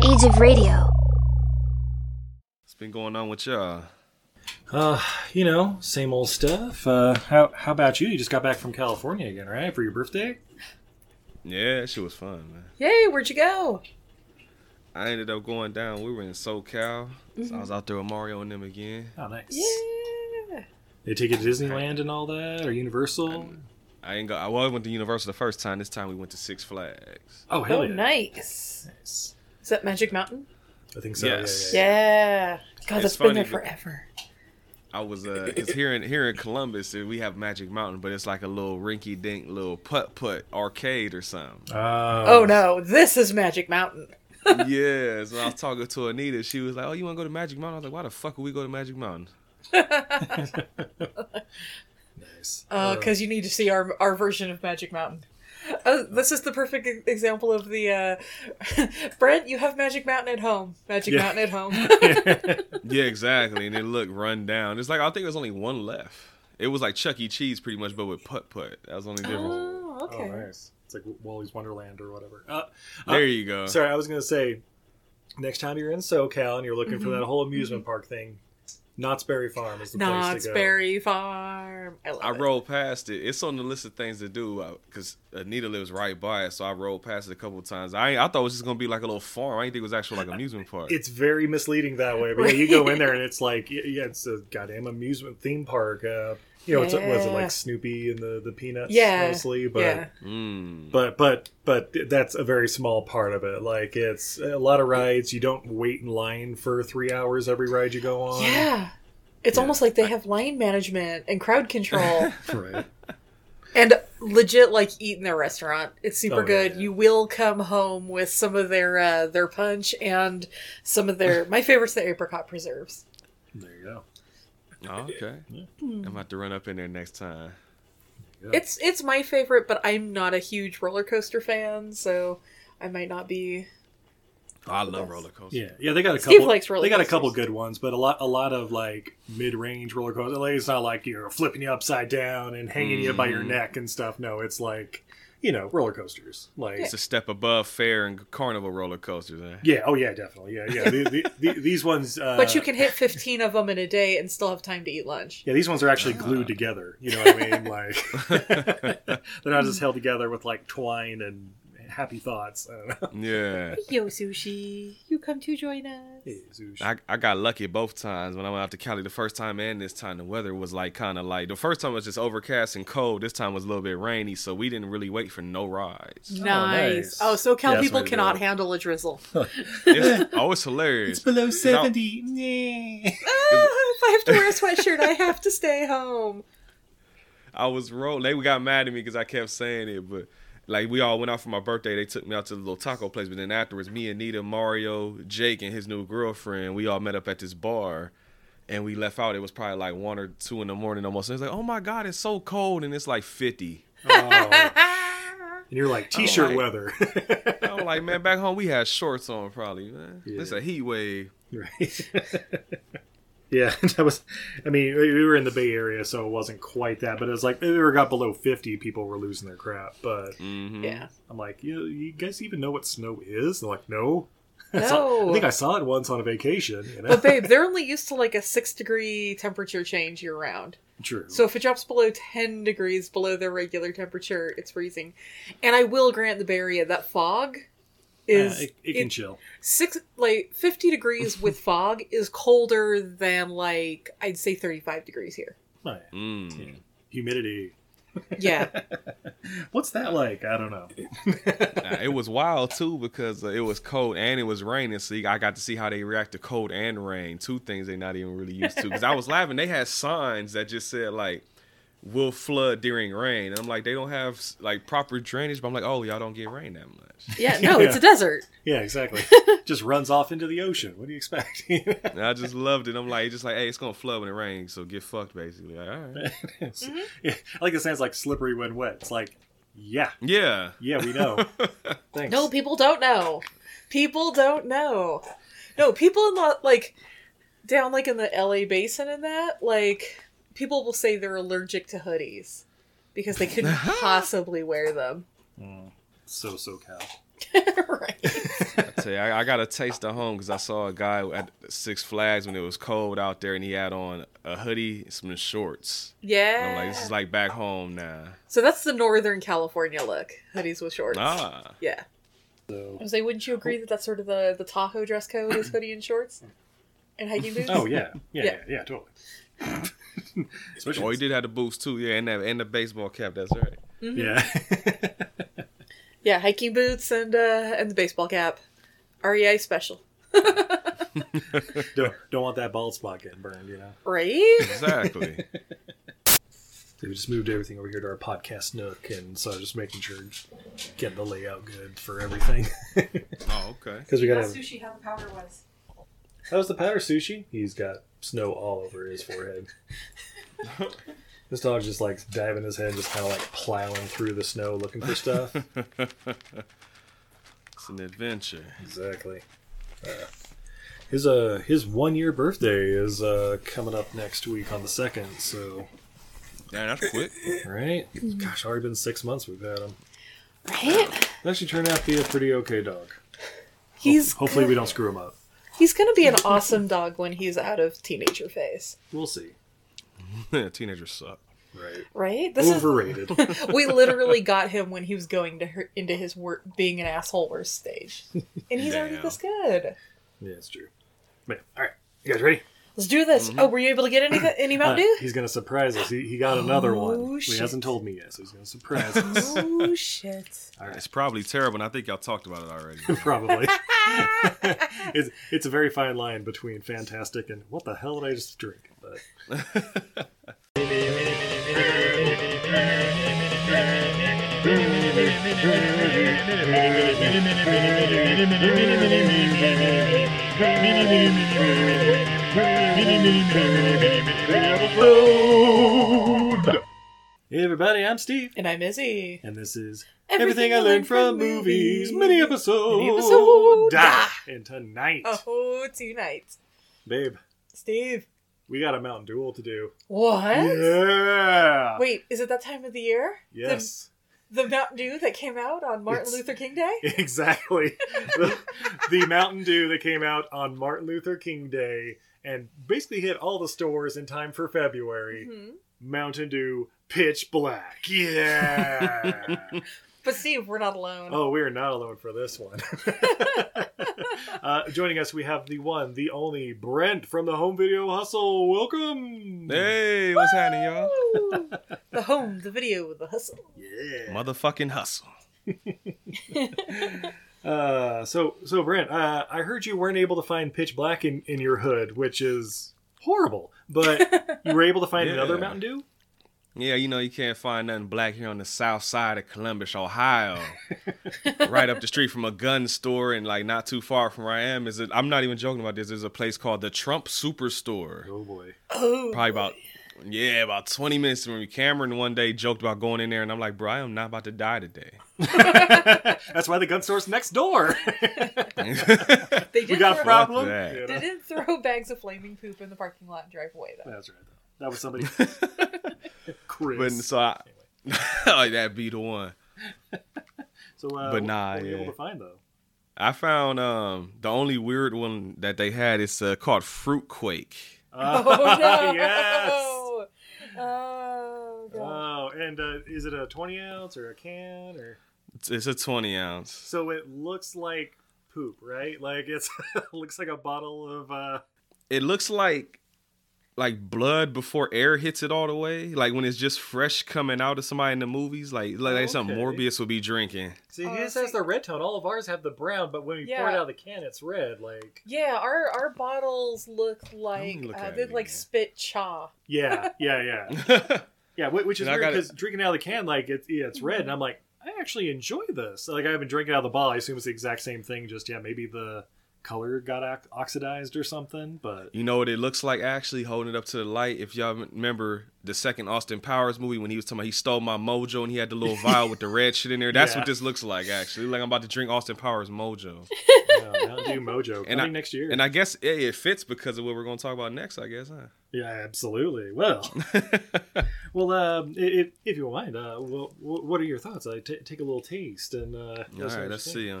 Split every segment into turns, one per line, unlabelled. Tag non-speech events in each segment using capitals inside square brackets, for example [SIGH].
Age of Radio.
What's been going on with y'all?
Uh, you know, same old stuff. Uh, how how about you? You just got back from California again, right? For your birthday?
Yeah, that shit was fun, man.
Yay, where'd you go?
I ended up going down. We were in SoCal. So
Mm-hmm.
I was out there with Mario and them again.
Oh, nice.
Yeah. Um,
They take you to Disneyland and all that, or Universal?
I ain't go. I well, I went to Universal the first time. This time we went to Six Flags.
Oh, hell
Oh,
yeah.
nice.
Nice.
Is that Magic Mountain?
I think so.
Yes.
Yeah, yeah,
Yeah.
It's
God, that's been
funny,
there
but-
forever.
I was uh, 'cause here in here in Columbus uh, we have Magic Mountain, but it's like a little rinky dink little putt putt arcade or
[LAUGHS]
something.
yeah.
Oh, no, this is Magic Mountain.
yeah. So I was talking to Anita. She was like, "Oh, you want to go to Magic Mountain?" I was like, "Why the fuck would we go to Magic Mountain?"
Nice.
Because Uh, you need to see our, our version of Magic Mountain. Uh, this is the perfect e- example of the uh, [LAUGHS] Brent. You have Magic Mountain at home. Magic
Yeah.
Mountain at home.
[LAUGHS]
[LAUGHS]
Yeah, exactly. And it looked run down. It's like I think there's only one left. It was like Chuck E. Cheese, pretty much, but with putt putt. That was the only difference.
oh,
Oh,
okay.
nice. It's like Wally's Wonderland or whatever. Uh,
There you go.
Sorry, I was going to say next time you're in SoCal and you're looking for
Mm-hmm.
that whole amusement park thing, Knott's Berry Farm is the place
Knott's
to go.
Berry Farm. I love
I
it.
rolled past it. It's on the list of things to do because Anita lives right by it, so I rolled past it a couple of times. I ain't- I thought it was just gonna be like a little farm. I didn't think it was actually like amusement park.
It's very misleading that way, but yeah, you go in there and it's like, y- yeah, it's a goddamn amusement theme park. Uh, you know, it's, was it
Yeah.
like Snoopy and the the Peanuts
Yeah.
mostly, but
yeah.
mm.
but but but that's a very small part of it. Like it's a lot of rides. You don't wait in line for three hours every ride you go on.
Yeah. It's almost like they have line management and
[LAUGHS]
crowd control
right.
and legit like eat in their restaurant. It's super
Oh, yeah,
good.
yeah.
You will come home with some of their uh, their punch and some of their my favorite's the apricot preserves.
There you go.
Oh, okay. I'm about to run up in there next time.
It's it's my favorite, but I'm not a huge roller coaster fan, so I might not be
I love roller coasters.
Yeah, yeah, they got a
Steve
couple.
likes roller
they got a couple
coasters.
good ones, but a lot, a lot of like mid-range roller coasters. Like it's not like you're flipping you upside down and hanging you by your neck and stuff. No, it's like you know roller coasters. Like
It's a step above fair and carnival roller coasters. Eh?
yeah, oh yeah, definitely, yeah, yeah. the, the,
[LAUGHS]
the, these ones, uh,
But you can hit 15 of them in a day and still have time to eat lunch.
Yeah, these ones are actually glued together. You know what I mean? Like [LAUGHS] they're not just held together with like twine and happy thoughts. I
[LAUGHS]
don't know.
Yeah.
Yo sushi, you come to join us.
I, I got lucky both times when I went out to Cali. The first time and this time, the weather was like kind of like the first time was just overcast and cold. This time was a little bit rainy, so we didn't really wait for no
[LAUGHS]
rides.
Nice.
nice.
Oh, so Cal
Yeah, that's
people
what I
cannot
do.
handle
[LAUGHS]
a drizzle. Ah,
It's, oh, it's hilarious.
below
70.
if I have to wear a sweatshirt, I have to stay home.
I was rolling. They got mad at me because I kept saying it, but like we all went out for my birthday. They took me out to the little taco place, but then afterwards, me, Anita, Mario, Jake, and his new girlfriend, we all met up at this bar, and we left out. It was probably like one or two in the morning almost. And it's like, oh my god, it's so cold, and it's like fifty.
and you're like t-shirt weather, [LAUGHS]
I'm like, man, back home we had shorts on probably. Man, it's a heat wave.
right? [LAUGHS] yeah, [LAUGHS] that was. I mean, we we were in the Bay Area, so it wasn't quite that, but it was like we were got below 50, people were losing their crap. But
Yeah.
I'm like, you, you guys even know what snow is? They're like, no. I
No.
think I saw it once on a vacation. You know?
But babe, they're only used to like a six degree temperature change year round.
[LAUGHS] True.
So if it drops below 10 degrees below their regular temperature, it's freezing. And I will grant the Bay Area that fog
Yeah,
is
it, it can chill.
six like 50
[LAUGHS]
degrees with fog is colder than like I'd say 35 degrees here.
Oh, yeah.
Mm.
Yeah. Humidity. [LAUGHS]
Yeah.
What's that like? I don't know.
Uh, it was wild too because uh, it was cold and it was raining. So you- I got to see how they react to cold and rain, two things they're not even really used to. Because I was laughing, they had signs that just said like "will flood during rain," and I'm like, they don't have like proper drainage. But I'm like, oh, y'all don't get rain that much.
Yeah, no, it's a desert.
Yeah,
[LAUGHS]
exactly. Just runs off into the ocean. What do you expect? [LAUGHS]
And I just loved it. I'm like, just like, hey, it's gonna flood when it rains, so get fucked basically. Like, all right,
Yeah, I like it sounds like slippery when wet. It's like, yeah,
yeah.
yeah, we know. Thanks.
No, people don't know. People don't know. No, people in the like down like in the LA basin and that, like people will say they're allergic to hoodies because
[LAUGHS]
they couldn't possibly wear them.
So SoCal.
[LAUGHS] right.
Tell you, I, I got a taste of home because I saw a guy at Six Flags when it was cold out there, and he had on a hoodie, some shorts. And
Yeah.
I'm like, this is like back home now.
so that's the Northern California look. Hoodies with shorts.
Ah.
Yeah.
So,
I was like, wouldn't you agree that that's sort of the, the Tahoe dress code is hoodie and shorts?
[LAUGHS]
And hiking boots?
oh yeah, [LAUGHS] yeah, yeah,
Yeah.
yeah, totally. Especially,
Oh, he did have the boots too, yeah, and that and the baseball cap. That's right.
yeah,
Yeah, hiking boots and uh and the baseball cap. REI special.
[LAUGHS] don't, don't want that bald spot getting burned. You know,
Right?
Exactly.
so we just moved everything over here to our podcast nook, and so just making sure getting the layout good for everything
[LAUGHS]
[LAUGHS]
oh, okay.
because we got
That's
to.
sushi how the powder was.
That was the powder sushi. He's got snow all over his
[LAUGHS]
forehead. [LAUGHS] This dog's just like diving his head, just kind of like plowing through the snow looking for stuff.
It's an adventure.
Exactly. Uh, his uh his one year birthday is uh coming up next week on the second. So
Damn, that's [LAUGHS] quick.
right, gosh, already been six months we've had him.
Right?
That should turn out to be a pretty okay dog.
He's
Hopefully we don't screw him up.
[LAUGHS] He's gonna be an awesome dog when he's out of teenager phase,
We'll see.
Teenagers suck.
Right.
right? This [LAUGHS]
Overrated.
is we literally got him when he was going to her, into his work being an asshole worst stage, and he's already
Damn.
this good.
yeah, it's true. Man, all right, you guys ready?
Let's do this. Oh, were you able to get any any Mountain
Mm-hmm. Uh,
Dew?
he's gonna surprise us. He, he got another one. Well, He
Oh, shit.
hasn't told me yet, so he's gonna surprise
[LAUGHS]
us.
oh shit!
It's probably terrible, and I think y'all talked about it [LAUGHS] already.
[LAUGHS] Probably. it's it's a very fine line between fantastic and what the hell did I just drink? But Hey everybody, I'm Steve.
And I'm Izzy.
And this is
Everything I Learned From Movies,
mini episode.
mini episode. Ah.
And tonight,
Oh, tonight,
babe,
Steve.
we got a Mountain Duel to do.
What?
Yeah.
Wait, is it that time of the year? The-
Yes. [LAUGHS]
The, Mountain Dew that came out on Martin
It's-
Luther King Day.
[LAUGHS] Exactly. the,
[LAUGHS]
the Mountain Dew that came out on Martin Luther King Day and basically hit all the stores in time for February.
Mm-hmm.
Mountain Dew Pitch Black.
[LAUGHS]
Yeah.
But Steve, we're not alone.
Oh, we are not alone for this
[LAUGHS]
one. uh, joining us, we have the one, the only Brent from the Home Video Hustle. Welcome.
hey, what's happening, y'all?
Woo! the home, the video, the hustle.
Yeah.
Motherfucking hustle.
Uh, so, so Brent, uh, I heard you weren't able to find Pitch Black in, in your hood, which is horrible.
[LAUGHS]
But you were able to find
Yeah.
another Mountain Dew.
Yeah, you know you can't find nothing black here on the south side of Columbus,
[LAUGHS]
Ohio. right up the street from a gun store and like not too far from where I am is it, I'm not even joking about this. There's a place called the Trump Superstore.
Oh boy.
probably about yeah, about twenty minutes from me. Cameron one day joked about going in there, and I'm like, bro, I am not about to die today.
That's why the gun store's next
[LAUGHS]
door.
They did
we got a
throw-
problem.
that.
You know? [LAUGHS]
They did throw bags of flaming poop in the parking lot and drive away though.
That's right. Though. That
[LAUGHS]
was somebody.
But
Chris.
so I, [LAUGHS] like that be the one.
so, uh,
but
what-
nah,
what uh, were you
yeah.
able to find though?
I found um the only weird one that they had is uh, called Fruit Quake.
Oh no!
[LAUGHS] yes.
Oh god.
Oh, and uh, is it a 20 ounce or a can or?
It's, it's a twenty ounce.
So it looks like poop, right? Like it's [LAUGHS] looks like a bottle of uh
It looks like like blood before air hits it all the way. Like when it's just fresh coming out of somebody in the movies. Like like, like something
Okay.
Morbius would be drinking.
See,
Oh,
his
I
has
see.
the red tone. All of ours have the brown, but when we pour it
Yeah.
out of the can, it's red. Like,
Yeah, our our bottles look like
look
uh,
at
they
it
like
again.
spit cha.
[LAUGHS] yeah, yeah, yeah,
[LAUGHS]
yeah. whi- Which is
And I
weird
gotta-
because drinking out of the can, like, it's yeah, it's red, and I'm like, I actually enjoy this. Like, I haven't drinking out of the bottle. I assume it's the exact same thing. Just yeah, maybe the color got ox- oxidized or something. But
You know what it looks like actually holding it up to the light. If y'all remember the second Austin Powers movie when he was talking about he stole my mojo and he had the little vial with the red shit in there. That's
Yeah.
what this looks like actually. Like I'm about to drink Austin Powers mojo.
[LAUGHS] yeah, Mountain Dew Mojo
[LAUGHS] And I-
coming next year.
And I guess yeah, it fits because of what we're going to talk about next, I guess, huh?
yeah, absolutely.
[LAUGHS]
Well, well, um, i i if you mind, uh, well, what are your thoughts? I t- take a little taste and uh,
All right, let's see. Uh,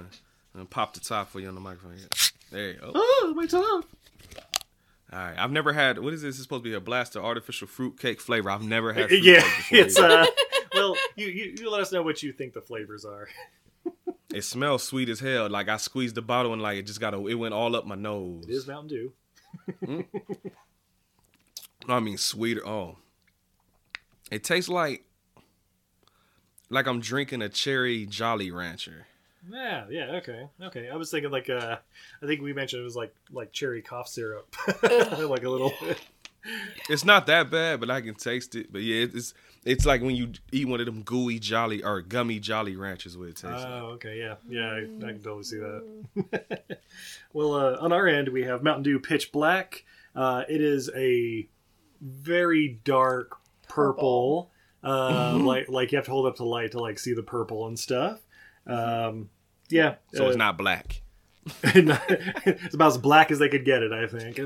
i pop the top for you on the microphone. Yeah. There you go. All
Oh, my tongue.
right, I've never had. What is this? It's supposed to be a blast of artificial fruit cake flavor. I've never had. Fruit
[LAUGHS] yeah,
cake before
it's
either.
uh. well, you, you you let us know what you think the flavors are. [LAUGHS]
It smells sweet as hell. Like I squeezed the bottle and like it just got a, it went all up my nose.
It is Mountain Dew.
No, I mean sweeter. Oh, it tastes like like I'm drinking a cherry Jolly Rancher.
Yeah, yeah, okay, okay. I was thinking like uh, I think we mentioned it was like like cherry cough syrup, [LAUGHS] like a little.
It's not that bad, but I can taste it. But yeah, it's it's like when you eat one of them gooey Jolly or gummy Jolly Ranchers. What it tastes.
Oh,
like.
okay, yeah, yeah. I, I can totally see that. [LAUGHS] well, uh, on our end, we have Mountain Dew Pitch Black. Uh, it is a very dark purple, uh,
Mm-hmm.
like like you have to hold up to light to like see the purple and stuff. Um, yeah,
Mm-hmm. So
uh, [LAUGHS]
it's not black.
it's about as black as they could get it, I think,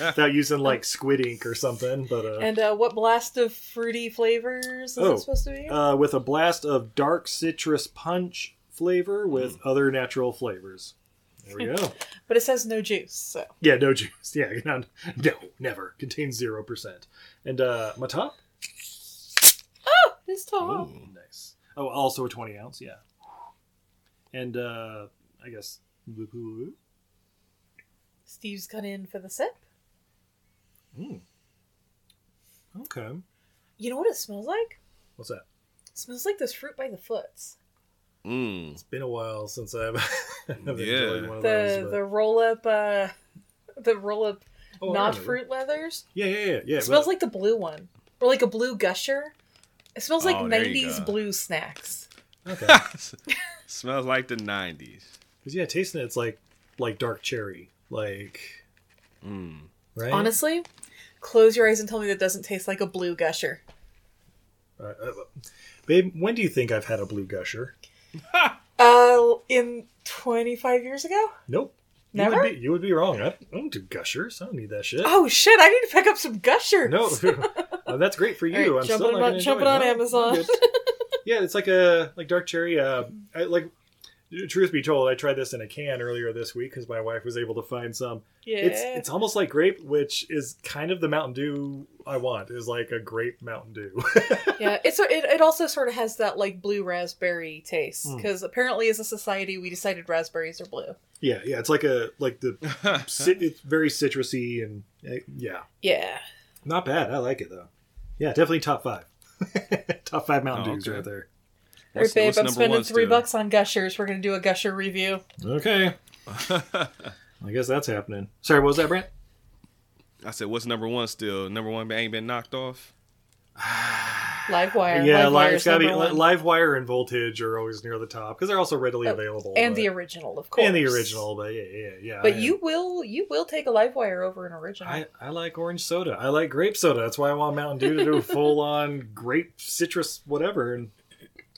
[LAUGHS] without using like squid ink or something. But uh,
And uh, what blast of fruity flavors is
Oh.
it supposed to be?
uh, with a blast of dark citrus punch flavor
Mm.
with other natural flavors. There we go.
but it says no juice, so
yeah, no juice. [LAUGHS] Yeah, no, no never. Contains zero percent. And uh, my top,
it's tall.
nice. Oh, also a twenty ounce. Yeah. And uh, I guess.
Steve's got in for the sip.
Okay.
You know what it smells like?
What's that?
It smells like this fruit by the foots.
Mm. [LAUGHS]
It's been a while since I've, [LAUGHS] I've
Yeah.
enjoyed one of
The
those. but-
the roll up uh [LAUGHS] the roll up
Oh, I
not
remember.
fruit leathers.
Yeah, yeah, yeah. yeah
It smells like the blue one. Or like a blue gusher. It smells like
Oh, there you
nineties
go.
blue snacks.
okay.
Smells like the '90s.
Because yeah, tasting it's like like dark cherry, like right.
Honestly, close your eyes and tell me that doesn't taste like a blue gusher.
Uh, uh, babe, when do you think I've had a blue gusher?
Uh in twenty five years ago?
Nope. You
Never?
would be, you would be wrong. I I don't do gushers. I don't need that shit.
Oh shit, I need to pick up some
[LAUGHS]
gushers.
No, Uh, that's great for you.
All right,
I'm
jump
still
it
not
on-
gonna
jump
enjoy
it on
No, I'm
Amazon. [LAUGHS]
good. yeah, it's like a like dark cherry. Uh, I, like truth be told, I tried this in a can earlier this week because my wife was able to find some.
Yeah.
It's it's almost like grape, which is kind of the Mountain Dew I want. Is like a grape Mountain Dew.
[LAUGHS]
[LAUGHS]
yeah, it's it, it also sort of has that like blue raspberry taste because apparently as a society we decided raspberries are blue.
Yeah, yeah, it's like a
[LAUGHS]
like the cit- it's very citrusy and uh, yeah,
Yeah,
not bad. I like it though. Yeah, definitely top five. [LAUGHS] top five Mountain
Oh,
Dews
okay.
right there.
All right, babe,
what's
I'm
number
spending
one
three
still?
bucks on Gushers. We're gonna do a Gusher review.
[LAUGHS] Okay, I guess that's happening. Sorry, what was that, Brent?
I said, what's number one still? Number one ain't been knocked off.
Livewire.
yeah,
Livewire's
li- it's gotta be
number one. Oh,
live wire and voltage are always near the top because they're also readily available.
and the
but-
original, of course.
and the original, but yeah, yeah, yeah.
But
I-
you will you will take a Livewire over an original.
I, [LAUGHS] I like orange soda. I like grape soda. That's why I want Mountain Dew
[LAUGHS]
to do a full on grape citrus whatever. And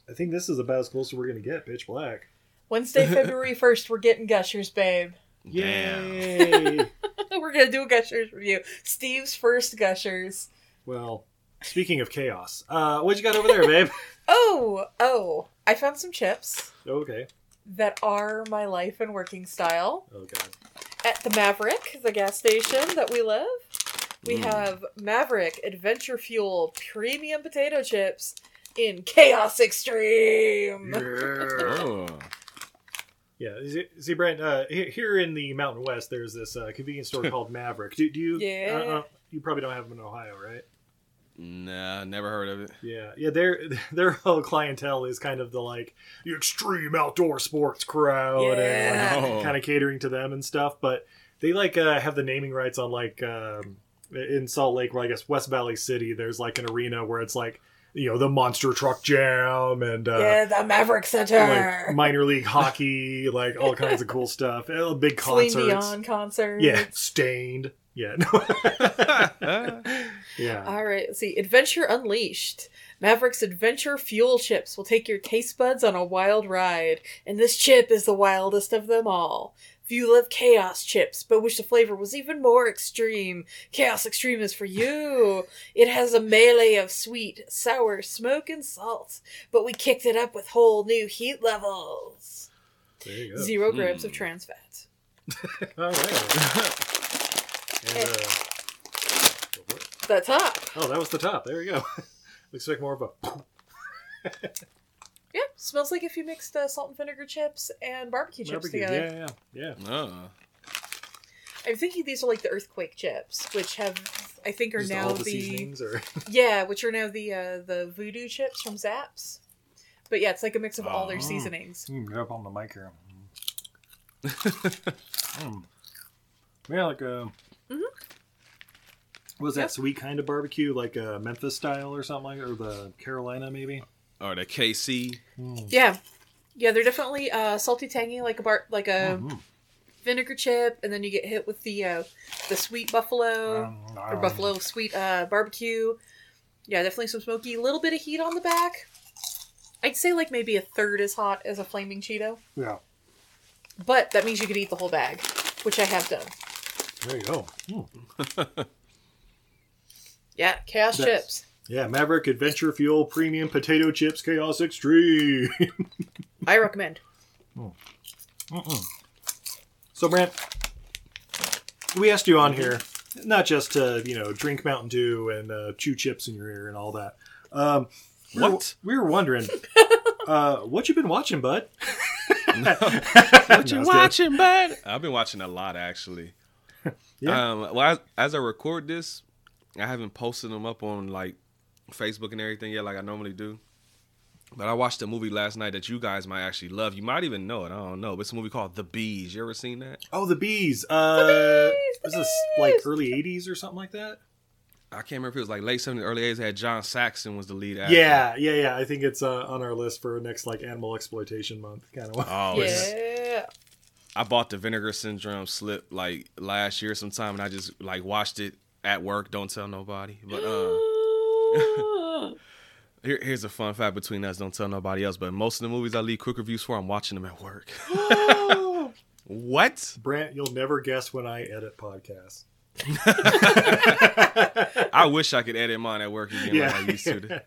I think this is about as close as we're gonna get. Pitch black.
Wednesday, February first, we're getting Gushers, babe. [LAUGHS]
Damn.
Yay! [LAUGHS]
we're gonna do a Gushers review. Steve's first Gushers.
well, speaking of
[LAUGHS]
chaos, uh, what you got over there, babe?
Oh, oh! I found some chips.
okay.
that are my life and working style.
Oh god.
At the Maverick, the gas station that we live, we
Mm.
have Maverick Adventure Fuel Premium Potato Chips in Chaos Extreme.
Yeah.
Oh.
Yeah, see- see, Brent. Uh, he- here in the Mountain West, there's this uh, convenience store called Maverick. Do, do you?
Yeah.
Uh, uh, you probably don't have them in Ohio, right?
Nah, never heard of it.
Yeah, yeah. Their [LAUGHS] their whole clientele is kind of the like the extreme outdoor sports crowd
Yeah.
and
Oh.
kind of catering to them and stuff. But they like uh, have the naming rights on like um, in Salt Lake, well, I guess West Valley City. There's like an arena where it's like you know the monster truck jam and uh,
yeah, the Maverick Center.
like minor league hockey, like all kinds of cool stuff. A big
Celine
concerts.
Dion concert.
Yeah, stained. Yeah. [LAUGHS] no. yeah.
[LAUGHS] All right, let's see. Adventure Unleashed. Maverick's Adventure Fuel Chips will take your taste buds on a wild ride, and this chip is the wildest of them all. If you love chaos chips but wish the flavor was even more extreme, Chaos Extreme is for you. It has a melee of sweet, sour, smoke, and salt, but we kicked it up with whole new heat levels.
There you go.
Zero grams of trans fat.
All right. [LAUGHS] And, uh,
The top.
oh, that was the top. There you go. [LAUGHS] Looks like more of a. [LAUGHS]
Yeah, smells like if you mixed uh, salt and vinegar chips and barbecue chips
barbecue.
together.
Yeah, yeah,
[LAUGHS]
yeah.
Oh.
I'm thinking these are like the earthquake chips, which have I think are
Just
now
all the,
the
seasonings, or
[LAUGHS]
[LAUGHS]
yeah, which are now the uh, the voodoo chips from Zaps. But yeah, it's like a mix of
Oh.
all their seasonings.
mm, up on the mic here. Mm. [LAUGHS] Yeah, like a.
Mm-hmm.
Was that sweet kind of barbecue, like a Memphis style or something like, or the Carolina maybe?
Or the KC.
Hmm.
Yeah, yeah, they're definitely uh, salty, tangy, like a bar, like a
Hmm.
vinegar chip, and then you get hit with the uh, the sweet buffalo
Um,
or buffalo sweet uh, barbecue. Yeah, definitely some smoky, a little bit of heat on the back. I'd say like maybe a third as hot as a flaming Cheeto,
Yeah,
but that means you could eat the whole bag, which I have done.
there you go. Mm.
Yeah, chaos
That's-
chips.
Yeah, Maverick Adventure Fuel Premium Potato Chips Chaos Extreme. [LAUGHS]
I recommend.
So, Brent, we asked you on
Mhm.
here not just to you know drink Mountain Dew and uh, chew chips in your ear and all that. Um, we were-
What?
we were
[LAUGHS]
wondering, uh, what you been watching, bud? [LAUGHS]
What you watching, bud? [LAUGHS] I've been watching a lot actually.
Yeah.
Um, well, as, as I record this, I haven't posted them up on like Facebook and everything yet, like I normally do. But I watched a movie last night that you guys might actually love. You might even know it. I don't know. But it's a movie called The Bees. You ever seen that?
Oh, the bees. Uh, was this like early '80s or something like that?
I can't remember if it was like late 70s, early 80s. It Had John Saxon was the lead actor.
Yeah, yeah, yeah. I think it's uh, on our list for next like animal exploitation month kind of.
Oh, it's-
yeah.
I bought the Vinegar Syndrome slip like last year sometime, and I just like watched it at work. Don't tell nobody. But uh, here, here's a fun fact between us. Don't tell nobody else. But most of the movies I leave quick reviews for, I'm watching them at work. [LAUGHS] what?
Brant, you'll never guess when I edit podcasts.
I wish I could edit mine at work again
Yeah.
like I used to.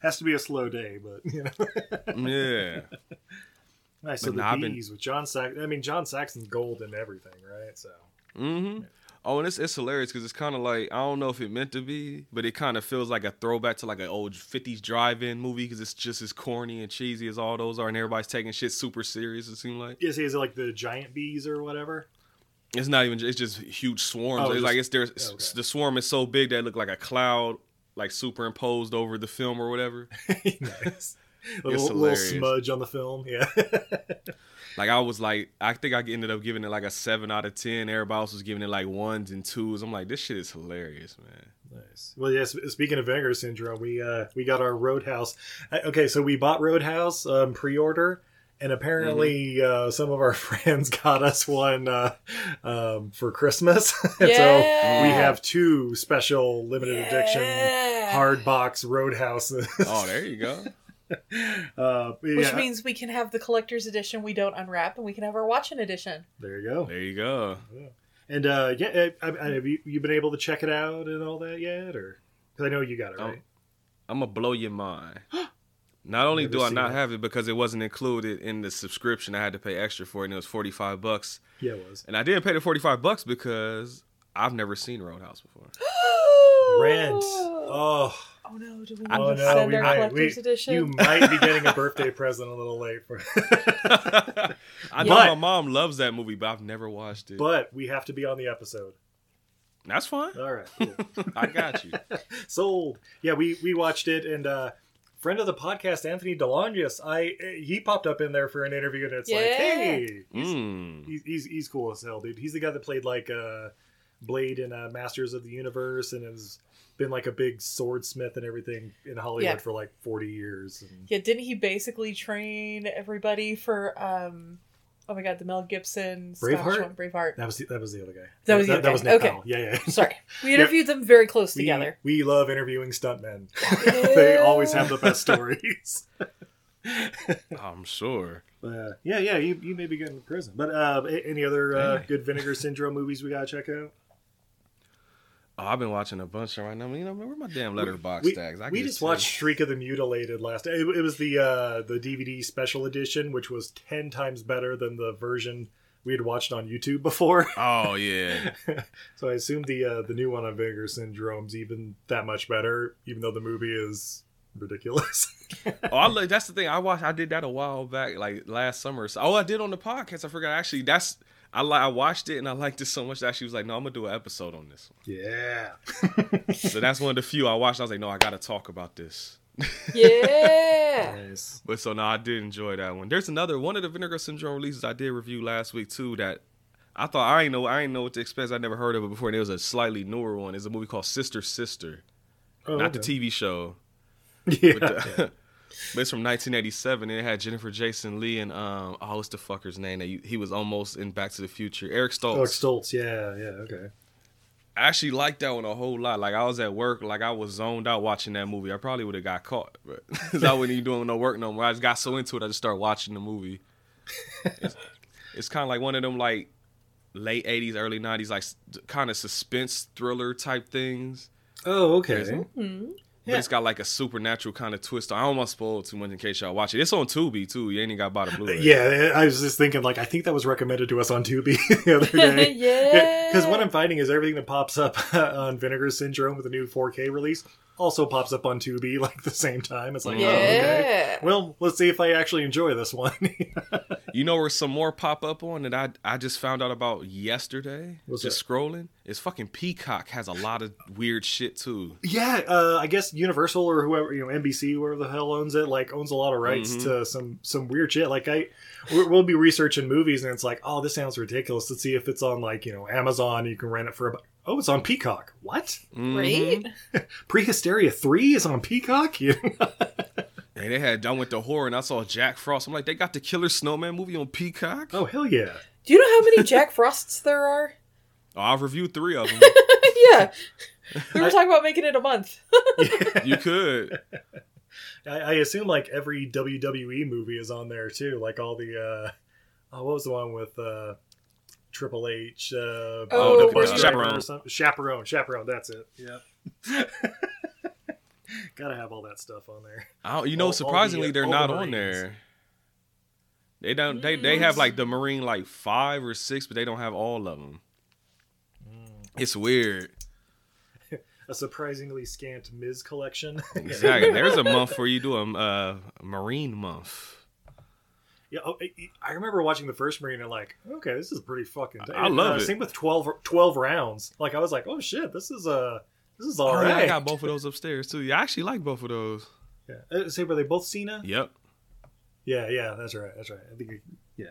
Has to be a slow day, but you know. [LAUGHS]
yeah.
Nice. So
But
the
nah, I've been-
bees with John Saxon. I mean, John Saxon's gold and everything, right? So
Mm-hmm. Oh, and it's, it's hilarious because it's kind of like I don't know if it meant to be, but it kind of feels like a throwback to like an old '50s drive-in movie because it's just as corny and cheesy as all those are, and everybody's taking shit super serious. It seems like
is he is it like the giant bees or whatever?
it's not even it's just huge swarms.
Oh,
it's
just-
like it's there.
okay.
The swarm is so big that it look like a cloud, like superimposed over the film or
[LAUGHS]
whatever.
nice. A little, little
hilarious.
smudge on the film. Yeah.
Like I was like, I think I ended up giving it like a seven out of ten. Everybody else was giving it like ones and twos. I'm like, this shit is hilarious, man.
[LAUGHS] nice. Well, yes. Speaking of Vinegar Syndrome, we uh we got our Roadhouse. Uh, Okay, so we bought Roadhouse um, pre-order. And apparently, uh, some of our [LAUGHS] friends got us one uh, um, for Christmas, [LAUGHS] and so we
Yeah.
have two special limited edition hard box Roadhouses.
Oh, there you go.
Uh,
Which
yeah,
means we can have the collector's edition we don't unwrap, and we can have our watching [GASPS] edition.
there you go.
There you go.
And uh, yeah, I, I, have you you been able to check it out and all that yet, or because I know you got it
Um,
right?
I'm gonna blow your mind. [GASPS] Not only
Never
do I
seen
not
it.
have it because it wasn't included in the subscription, I had to pay extra for it, and it was forty five bucks.
Yeah, it was.
And I didn't pay the forty five bucks because I've never seen Roadhouse
[GASPS]
before.
Rent. Oh,
Oh no, do we need
oh
to
no,
send
we
our
might. We,
collector's edition?
you might be getting a birthday present a little late for. [LAUGHS]
I know
But-
my mom loves that movie, but I've never watched it.
but we have to be on the episode.
That's
[LAUGHS]
fine.
All right, cool.
I got you.
sold. Yeah, we we watched it, and uh friend of the podcast, Anthony Delonges, I he popped up in there for an interview, and it's like,
Yeah.
hey,
Mm.
he's, he's he's cool as hell, dude. He's the guy that played like uh Blade in uh, Masters of the Universe, and has been like a big swordsmith and everything in Hollywood
Yeah.
for like forty years. And
yeah, didn't he basically train everybody for um oh my god, the Mel Gibson Scottish
Braveheart?
one, Braveheart.
that was the, that was the other guy.
That was the
that,
other
that
guy.
was Nick
Okay.
Powell. Yeah, yeah. [LAUGHS]
Sorry. [LAUGHS] We interviewed them very close
We-
together.
We, love interviewing
[LAUGHS]
stuntmen. they always have the best stories. [LAUGHS]
I'm sure.
Uh, yeah, yeah, you, you may be getting to prison. But uh, a- any other uh,
Hey.
good Vinegar Syndrome movies we gotta check out?
Oh, I've been watching a bunch right now. You know, man, where my damn letterbox
We,
tags? I
we
can
just
tell.
watched Shriek of the Mutilated last. It, it was the uh, the DVD special edition, which was ten times better than the version we had watched on YouTube [LAUGHS] before.
[LAUGHS] Oh yeah,
so I assume the uh, the new one on Vinegar Syndrome's even that much better, even though the movie is ridiculous. [LAUGHS]
oh, I look, that's the thing. I watched. I did that a while back, like last summer. So, oh, I did on the podcast. I forgot. Actually, that's I li- I watched it and I liked it so much that she was like, "No, I'm gonna do an episode on this." one."
yeah,
so that's one of the few I watched. I was like, "No, I gotta talk about this."
[LAUGHS]
yeah.
nice.
But so no, I did enjoy that one. There's another one of the Vinegar Syndrome releases I did review last week too that I thought I ain't know I ain't know what to expect. I never heard of it before. And it was a slightly newer one. It's a movie called Sister Sister,
Oh,
not
okay.
the TV show.
Yeah.
[LAUGHS] But it's from 1987. And it had Jennifer Jason Lee and um oh what's the fucker's name? That you, he was almost in Back to the Future. Eric Stoltz.
Eric Oh, Stoltz. Yeah, yeah, okay.
I actually liked that one a whole lot. Like I was at work, like I was zoned out watching that movie. I probably would have got caught, but [LAUGHS] 'cause I wasn't even doing no work no more. I just got so into it, I just started watching the movie.
[LAUGHS]
It's, it's kind of like one of them like late '80s, early '90s, like kind of suspense thriller type things.
Oh, okay.
But it's got like a supernatural kind of twist. I don't want to spoil too much in case y'all watch it. It's on Tubi too. You ain't even got to buy
[LAUGHS]
the Blu-ray.
Yeah, I was just thinking, like, I think that was recommended to us on Tubi [LAUGHS] the other day.
[LAUGHS] Yeah.
Because what I'm finding is everything that pops up [LAUGHS] on Vinegar Syndrome with the new 4K release also pops up on Tubi, [LAUGHS] like, the same time. It's like,
Yeah.
oh, okay. Well, let's see if I actually enjoy this one. [LAUGHS]
You know where some more pop up on that I I just found out about yesterday.
What's
just scrolling. It's fucking Peacock has a lot of weird shit too.
yeah, uh, I guess Universal or whoever, you know, NBC, whoever the hell owns it, like, owns a lot of rights to some some weird shit. Like, I we're, we'll be researching movies, and it's like, oh, this sounds ridiculous. Let's see if it's on, like, you know, Amazon. You can rent it for a. bu- Oh, it's on Peacock. What?
Right?
Prehysteria 3 is on Peacock? [LAUGHS] You
And they had I went to horror and I saw Jack Frost. I'm like, they got the Killer Snowman movie on Peacock. Oh,
Oh, hell yeah.
Do you know
[LAUGHS]
how many Jack Frosts there are?
I've Oh, reviewed three of them.
[LAUGHS]
yeah. We were talking about making it a month.
Uh,
you could.
I, I assume like every WWE movie is on there too. Like all the, uh, oh, what was the one with uh, Triple H? Uh,
Oh,
Booker
Horse
T.
Driver.
Driver or something? Chaperone. Chaperone. That's it. Yeah. [LAUGHS] Gotta have all that stuff on there.
I don't, you know,
All- all the,
surprisingly,
uh,
they're
all the
not on
Marines.
there. They don't. They they have like the Marine like five or six, but they don't have all of them.
Mm.
It's weird.
A surprisingly scant Miz collection. [LAUGHS]
Exactly. There's a month where you do a uh, Marine month.
Yeah, oh, I- I remember watching the first Marine and like, okay, this is pretty fucking. Tight.
I love
uh,
it.
Same with 12, 12 rounds. Like I was like, oh shit, this is uh, this is all
Oh,
right.
yeah, I got both of those upstairs too. Yeah, I actually like both of those.
Yeah. Uh, Say, were they both Cena?
Yep.
Yeah, yeah, that's right, that's right. I think, we- yeah,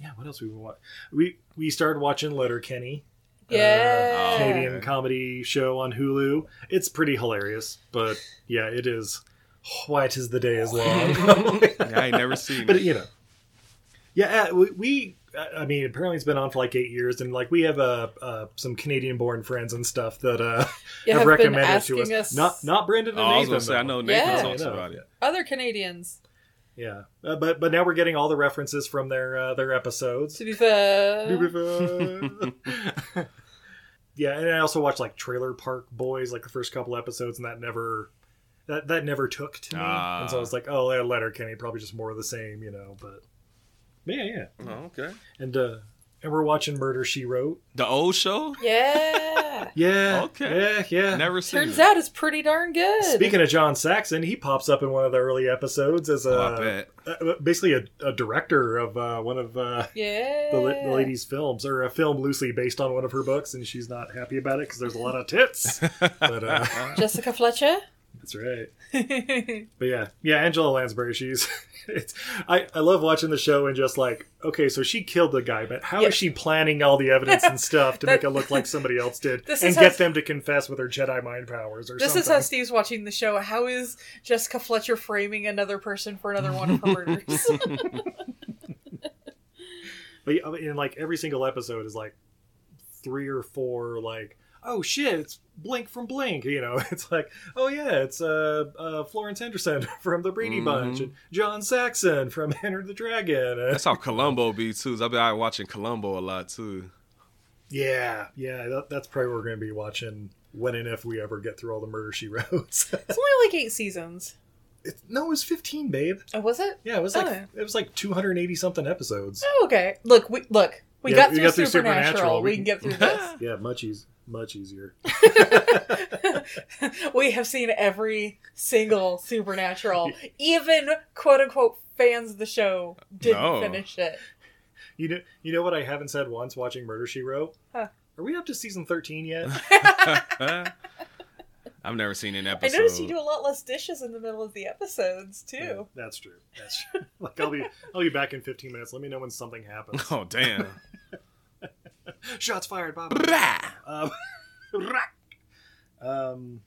yeah. What else we watch? We we started watching Letterkenny,
Yeah.
Canadian comedy show on Hulu. It's pretty hilarious, but yeah, it is white as the day is
[LAUGHS]
long.
Yeah, I ain't never seen.
but
it.
you know, yeah, uh, we. we I- I mean, apparently it's been on for like eight years, and like we have uh, uh some Canadian-born friends and stuff that
[LAUGHS]
uh
You have been
recommended to us.
asking us-
Not not Brandon
Oh,
and
I was
Nathan.
gonna say I
though.
know Nathan
Yeah.
talks
I know.
about it.
Other Canadians.
Yeah, uh, but but now we're getting all the references from their uh, their episodes.
To be fair.
[LAUGHS] yeah, and I also watched like Trailer Park Boys, like the first couple episodes, and that never that that never took to me.
Ah.
And so I was like, oh, yeah, Letterkenny, probably just more of the same, you know. But, but yeah, yeah.
Oh, okay.
And uh, and we're watching Murder She Wrote.
The old show?
Yeah.
[LAUGHS] Yeah.
Okay.
Yeah, yeah.
Never seen
Turns
it.
out it's pretty darn good.
Speaking of John Saxon, he pops up in one of the early episodes as a
Oh, I bet.
uh, basically a, a director of uh, one of uh,
yeah.
the, la- the lady's films, or a film loosely based on one of her books, and she's not happy about it because there's a lot of tits. but uh, [LAUGHS]
Jessica Fletcher.
that's right.
[LAUGHS]
But yeah, yeah, Angela Lansbury. She's [LAUGHS] it's I I love watching the show and just like okay, so she killed the guy, but how is
Yeah.
she planning all the evidence
[LAUGHS]
and stuff to
That-
make it look like somebody else did
[LAUGHS] This
and
is
get
how-
them to confess with her Jedi mind powers [LAUGHS] or
This
something?
is how Steve's watching the show. How is Jessica Fletcher framing another person for another one
[LAUGHS]
of her murders?
But yeah, in like every single episode is like three or four like oh shit it's Blink from Blink you know [LAUGHS] it's like oh yeah it's uh, uh Florence Henderson [LAUGHS] from the Brady Bunch and John Saxon from [LAUGHS] Enter the Dragon uh,
That's how Columbo be too. 'cause I've been out watching Columbo a lot too.
yeah yeah that, that's probably what we're gonna be watching when and if we ever get through all the murder she wrote [LAUGHS]
it's only like eight seasons.
It's no it was 15 babe
Oh, was it?
yeah it was like
Oh.
it was like 280 something episodes
Oh, okay. Look, we look. We
Yeah,
got
we
through
got through
Supernatural.
Supernatural.
We
We
can get
[LAUGHS]
through this.
yeah much eas much easier
[LAUGHS] we have seen every
[LAUGHS]
single Supernatural. Even quote unquote fans of the show didn't
No.
finish it.
you know you know what I haven't said once watching murder she wrote
Huh.
are we up to season
[LAUGHS]
13 yet
I've never seen an
I
episode.
noticed you do a lot less dishes in the middle of the episodes too.
Yeah, that's true. That's true. [LAUGHS] like I'll be I'll be back in 15 minutes. Let me know when something happens.
[LAUGHS] Oh
[LAUGHS]
damn.
Shots fired, Bob.
[LAUGHS]
um, um,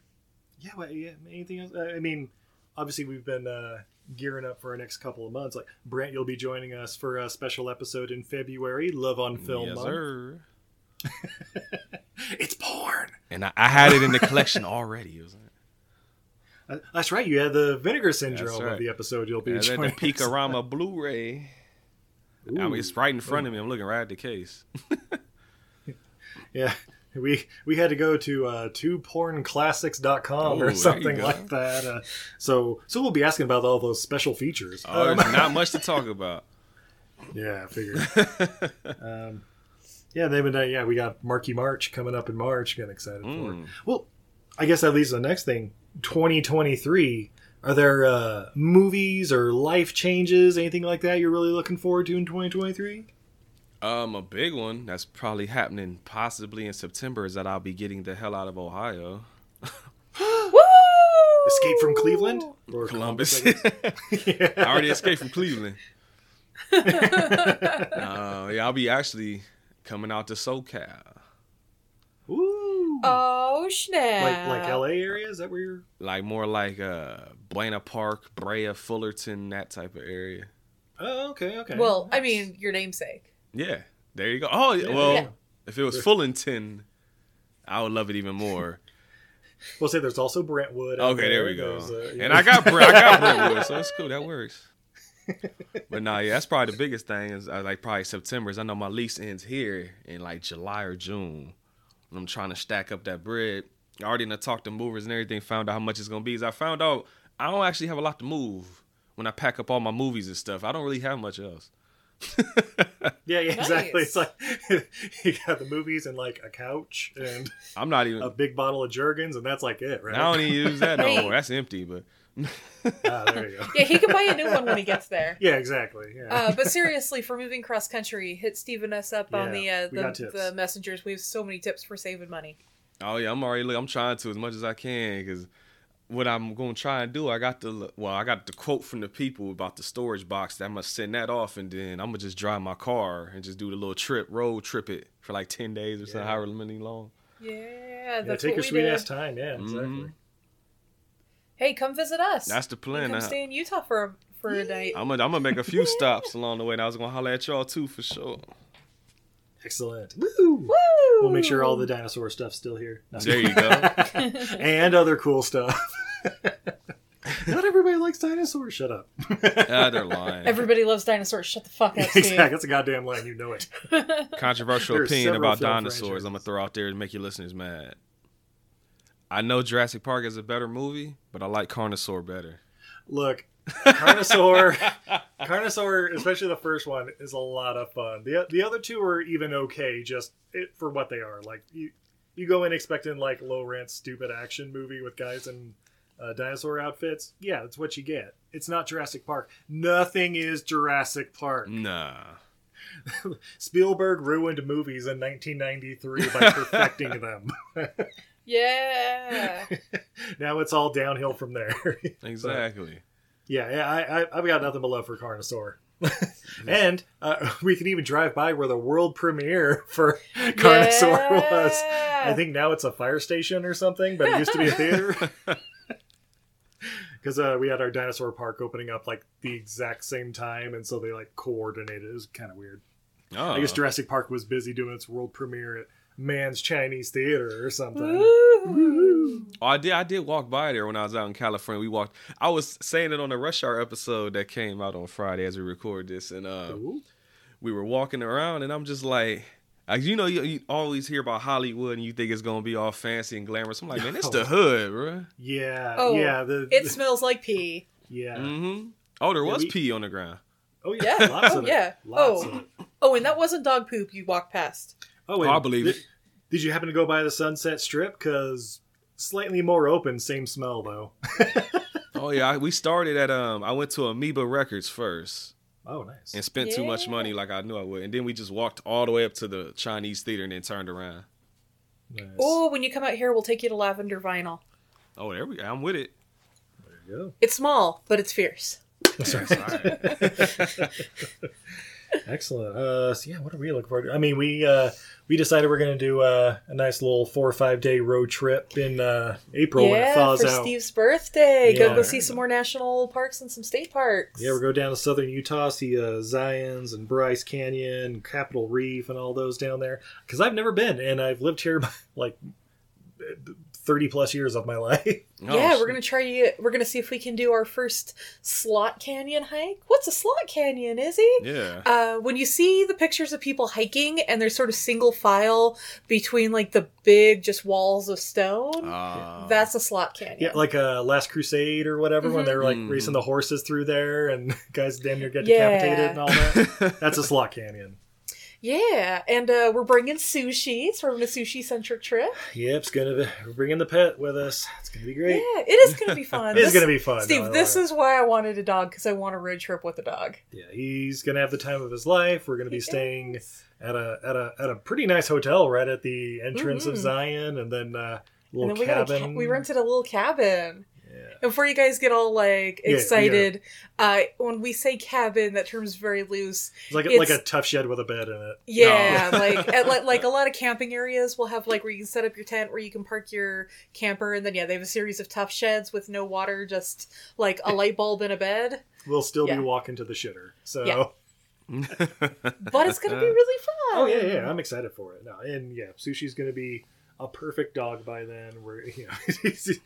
yeah, well, yeah. Anything else? Uh, I mean, obviously we've been uh, gearing up for our next couple of months. Like Brent, you'll be joining us for a special episode in February, Love on Film
yes,
Month.
sir.
It's porn.
And I, I had it in the collection already. It was
Uh, that's right. You had the Vinegar Syndrome
right.
of the episode. You'll be
like, I
joining.
had the
us.
Picorama Blu-ray. I mean, it's right in front of me. I'm looking right at the case.
Yeah. We we had to go to uh, twopornclassics.com
Ooh, there
or
you
something
go.
like that. Uh, so so we'll be asking about all those special features.
Oh,
Um,
there's not much to
[LAUGHS]
talk about.
[LAUGHS] yeah, I figured.
[LAUGHS]
um, yeah, they've been uh, yeah, we got Marky March coming up in March. Getting excited for.
Mm.
it. Well, I guess that leads to the next thing. 2023. Are there uh, movies or life changes, anything like that you're really looking forward to in 2023?
Um, a big one that's probably happening possibly in September is that I'll be getting the hell out of Ohio,
Woo!
Escape from Cleveland or
Columbus.
[LAUGHS]
[LAUGHS]
I guess.
I already escaped from Cleveland. uh, yeah, I'll be actually coming out to SoCal,
Ooh.
Oh
like
snap!
like LA area? Is that where you're?
like more like uh, Buena Park, Brea, Fullerton, that type of area.
Oh, okay, okay.
Well, I mean, your namesake.
Yeah, there you go. Oh, yeah, well,
Yeah.
if it was Fullerton, I would love it even more.
we'll say there's also Brentwood. out
Okay, there we go.
There's, uh,
And I got Brent, I [LAUGHS] got Brentwood, so it's cool. That [LAUGHS] works. But nah, yeah, that's probably the biggest thing is uh, like probably September. Is I know my lease ends here in like July or June. And I'm trying to stack up that bread. I already done talked to movers and everything. Found out how much it's gonna be. Is I found out I don't actually have a lot to move when I pack up all my movies and stuff. I don't really have much else.
[LAUGHS] yeah, yeah, exactly. It's
Nice.
like [LAUGHS] you got the movies and like a couch and
I'm not even.
a big bottle of Jergens, and that's like it, right?
I don't even use that no
Wait.
more. That's empty. But
ah, there you go.
[LAUGHS] Yeah, he can buy a new one when he gets there.
Yeah, exactly. [LAUGHS] Yeah.
Uh, but seriously, for moving cross country, hit Steve and us up on the
Yeah,
uh,
we got
the,
tips.
the messengers. We have so many tips for saving money.
Oh yeah, I'm already. Look, I'm trying to as much as I can because what I'm gonna try and do, I got the well, I got the quote from the people about the storage box. That I'm gonna send that off, and then I'm gonna just drive my car and just do the little trip, road trip it for like ten days or something, however many long.
Yeah,
yeah,
that's
take
what
your
we
sweet
did.
ass time. Yeah, exactly.
Mhm.
Hey, come visit us.
That's the
You
plan.
Come
I,
stay in Utah for for a night.
I'm gonna I'm gonna make a
[LAUGHS]
few stops along the way, and I was gonna holler at y'all too for sure.
Excellent. Woo!
Woo!
We'll make sure all the dinosaur stuff's still here. No.
[LAUGHS]
There you go.
[LAUGHS] and other cool stuff. [LAUGHS] Not everybody likes dinosaurs. Shut up.
Ah, they're lying.
Everybody loves dinosaurs. Shut the
[LAUGHS]
fuck up, Steve.
exactly. That's a goddamn line. You know it.
Controversial
There are
opinion
several
about
film
dinosaurs. I'm gonna
franchises.
throw out there and make your listeners mad. I know Jurassic Park is a better movie, but I like Carnosaur better.
Look, Carnosaur, Carnosaur, especially the first one, is a lot of fun. the The other two are even okay, just it, for what they are. Like you, you go in expecting like low rent, stupid action movie with guys in uh, dinosaur outfits. Yeah, that's what you get. It's not Jurassic Park. Nothing is Jurassic Park.
Nah.
Spielberg ruined movies in 1993 by perfecting them. [LAUGHS]
Yeah.
now it's all downhill from there. [LAUGHS]
Exactly.
Yeah, yeah, I, I, I've got nothing but love for Carnosaur. [LAUGHS] and uh, [LAUGHS] we can even drive by where the world premiere [LAUGHS] for Carnosaur was. I think now it's a fire station or something, but it used to be a theater. [LAUGHS] Because uh, we had our dinosaur park opening up like the exact same time, and so they like coordinated. It was kind of weird.
oh.
I guess Jurassic Park was busy doing its world premiere at Man's Chinese Theater or something.
Mm.
Oh, I did. I did walk by there when I was out in California. We walked. I was saying it on the Rush Hour episode that came out on Friday as we record this, and uh,
Ooh.
we were walking around, and I'm just like, I, you know, you, you always hear about Hollywood, and you think it's gonna be all fancy and glamorous. I'm like, man, it's
[LAUGHS]
the hood, bro.
Yeah,
Oh,
yeah, the,
it smells
[LAUGHS]
like pee.
yeah.
Mm-hmm. Oh, there was
we-
pee on the ground.
Oh yeah,
Yeah.
lots
oh,
of it.
yeah.
Lots
oh.
of it.
Oh, and that wasn't dog poop you walked past.
Oh,
Oh,
and
I believe
did,
it.
Did you happen to go by the Sunset Strip? Because slightly more open, same smell though.
Oh yeah, I, we started at um. I went to Amoeba Records first.
Oh, nice.
and spent too much money like I knew I would. And then we just walked all the way up to the Chinese theater and then turned around.
nice.
Oh, when you come out here, we'll take you to Lavender Vinyl.
Oh, there we I'm with it.
There you go.
It's small, but it's fierce.
Excellent. Uh, so yeah, what are we looking forward to? I mean, we uh, we decided we're gonna do uh, a nice little four or five day road trip in uh, April when it
yeah,
thaws
for
out.
Steve's birthday.
Yeah.
Go go see some more national parks and some state parks.
Yeah, we go down to southern Utah, see uh, Zion's and Bryce Canyon, Capitol Reef, and all those down there. Because I've never been, and I've lived here [LAUGHS] like thirty plus years of my [LAUGHS] life.
Oh,
yeah,
shit.
we're gonna try. You, we're gonna see if we can do our first slot canyon hike. What's a slot canyon, Izzy?
Yeah.
Uh, when you see the pictures of people hiking and they're sort of single file between like the big just walls of stone,
Ah.
Um, that's a slot canyon.
Yeah, like uh, Last Crusade or whatever,
Mm-hmm.
when they were like
Mhm.
racing the horses through there and [LAUGHS] guys damn near get
Yeah.
decapitated and all that. That's a slot canyon.
Yeah, and uh, we're bringing sushi. So we're on a sushi centric trip.
Yep, it's gonna be we're bringing the pet with us. It's gonna be great.
Yeah, it is
[LAUGHS]
gonna be fun.
It is
This-
gonna be fun.
Steve,
No, I
this
love
is why I wanted a dog because I want a road trip with a dog.
Yeah, he's gonna have the time of his life. We're gonna be staying at a at a at a pretty nice hotel right at the entrance of Zion, and then uh,
Mm-hmm. And
little
then we got a
cabin.
ca- we rented a little cabin. And before you guys get all like
Yeah, yeah.
excited, uh, when we say cabin, that term's very loose.
it's like a,
it's-
like a tough shed with a bed in it. [LAUGHS]
Yeah, like at, like like a lot of camping areas will have like where you can set up your tent, where you can park your camper, and then yeah, they have a series of tough sheds with no water, just like a light bulb and a bed.
We'll still
Yeah.
be walking to the shitter. So.
Yeah. But
[LAUGHS]
it's gonna be really fun.
Oh yeah, yeah, I'm excited for it. No, and yeah, Sushi's gonna be a perfect dog by then. Where [LAUGHS] you know he's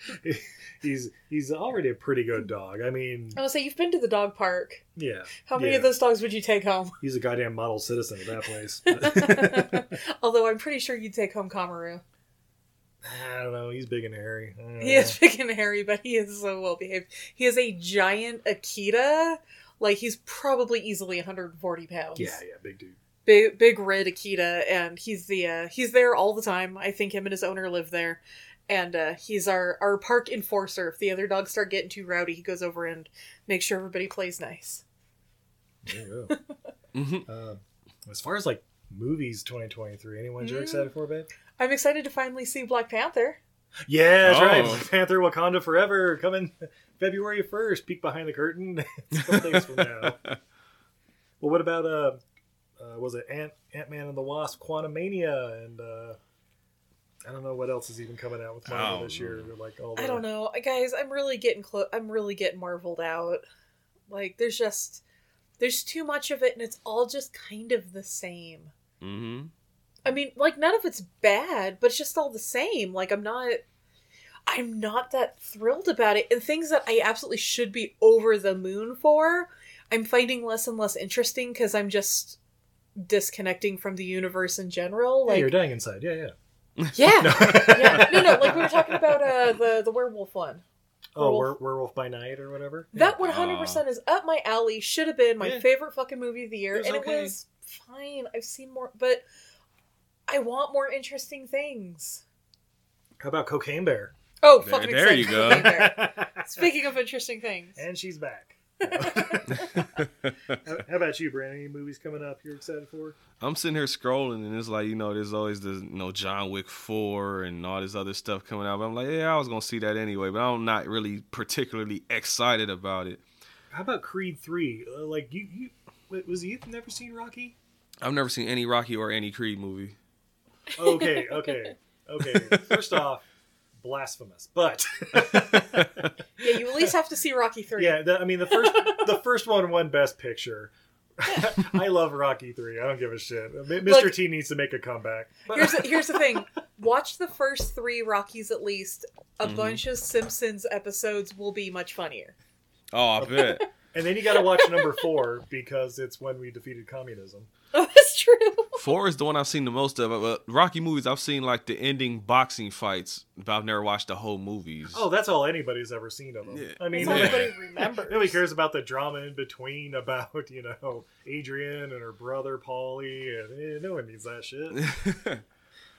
he's he's already a pretty good dog. I mean,
I was say you've been to the dog park.
yeah.
How many of
yeah.
those dogs would you
[LAUGHS]
take home? [LAUGHS]
He's a goddamn model citizen at that place.
Although I'm pretty sure you'd take home Kamaru.
I don't know. He's big and hairy. I don't
He
know.
is big and hairy, but he is so well behaved. He is a giant Akita. Like he's probably easily 140 pounds.
Yeah, yeah, big dude.
Big, big red Akita, and he's the uh, he's there all the time. I think him and his owner live there, and uh, he's our our park enforcer. If the other dogs start getting too rowdy, he goes over and makes sure everybody plays nice.
There you go. Uh, as far as like movies, 2023. Anyone
Mm.
you're excited for, babe?
I'm excited to finally see Black Panther.
Yeah, that's
Oh.
right. Panther Wakanda Forever coming February 1st. Peek behind the curtain. [LAUGHS] It's a couple days
[LAUGHS]
from now. Well, what about, uh, uh was it Ant Ant Man and the Wasp, Quantumania, and uh, I don't know what else is even coming out with Marvel
Oh,
this year. Like all the,
I don't know, I- guys. I'm really getting close. I'm really getting marveled out. Like there's just there's too much of it, and it's all just kind of the same.
[LAUGHS] mm-hmm.
I mean, like none of it's bad, but it's just all the same. Like I'm not. I'm not that thrilled about it, and things that I absolutely should be over the moon for, I'm finding less and less interesting because I'm just disconnecting from the universe in general.
Yeah,
Like
you're Oh, dying inside. Yeah, yeah.
[LAUGHS]
Yeah. yeah. No, no, like we were talking about uh, the, the werewolf one.
Oh,
Werewolf.
Were- werewolf by night or whatever.
That 100% is up my alley. Should have been my
Oh. Yeah.
favorite fucking movie of the year.
It was
and
okay.
it was fine. I've seen more, but I want more interesting things.
How about Cocaine Bear?
Oh,
There-
fucking
there
excited.
you go.
Fucking there.
[LAUGHS]
Speaking of interesting things,
And she's
[LAUGHS]
back. [LAUGHS] how, how about you, Brandon? Any movies coming up you're excited for?
I'm sitting here scrolling, and it's like you know, there's always the you know John Wick four and all this other stuff coming out. But I'm like, yeah, I was gonna see that anyway, but I'm not really particularly excited about it.
How about Creed Three? Uh, like you, you wait, was you never seen
[LAUGHS]
Rocky?
I've never seen any Rocky or any Creed movie.
Okay, okay, okay. First off, blasphemous, but [LAUGHS]
yeah, you at least have to see Rocky Three.
yeah, the, I mean the first the first one won Best Picture. [LAUGHS] I love Rocky Three. I don't give a shit. M- Mr.
Look-
T needs to make a comeback.
Here's the, here's
[LAUGHS]
the thing: watch the first three Rockies at least. A
Mhm.
bunch of Simpsons episodes will be
[LAUGHS]
much funnier.
Oh, I bet.
[LAUGHS]
And then you got to watch number four because it's when we defeated communism.
Oh, that's true.
Four is the one I've seen the most of. Uh, Rocky movies, I've seen like the ending boxing fights, but I've never watched the whole movies.
Oh, that's all anybody's ever seen of them.
Yeah.
I mean,
That's all
Yeah.
anybody remembers.
Nobody cares about the drama in between about, you know, Adrian and her brother Polly. And, eh, no one needs that shit.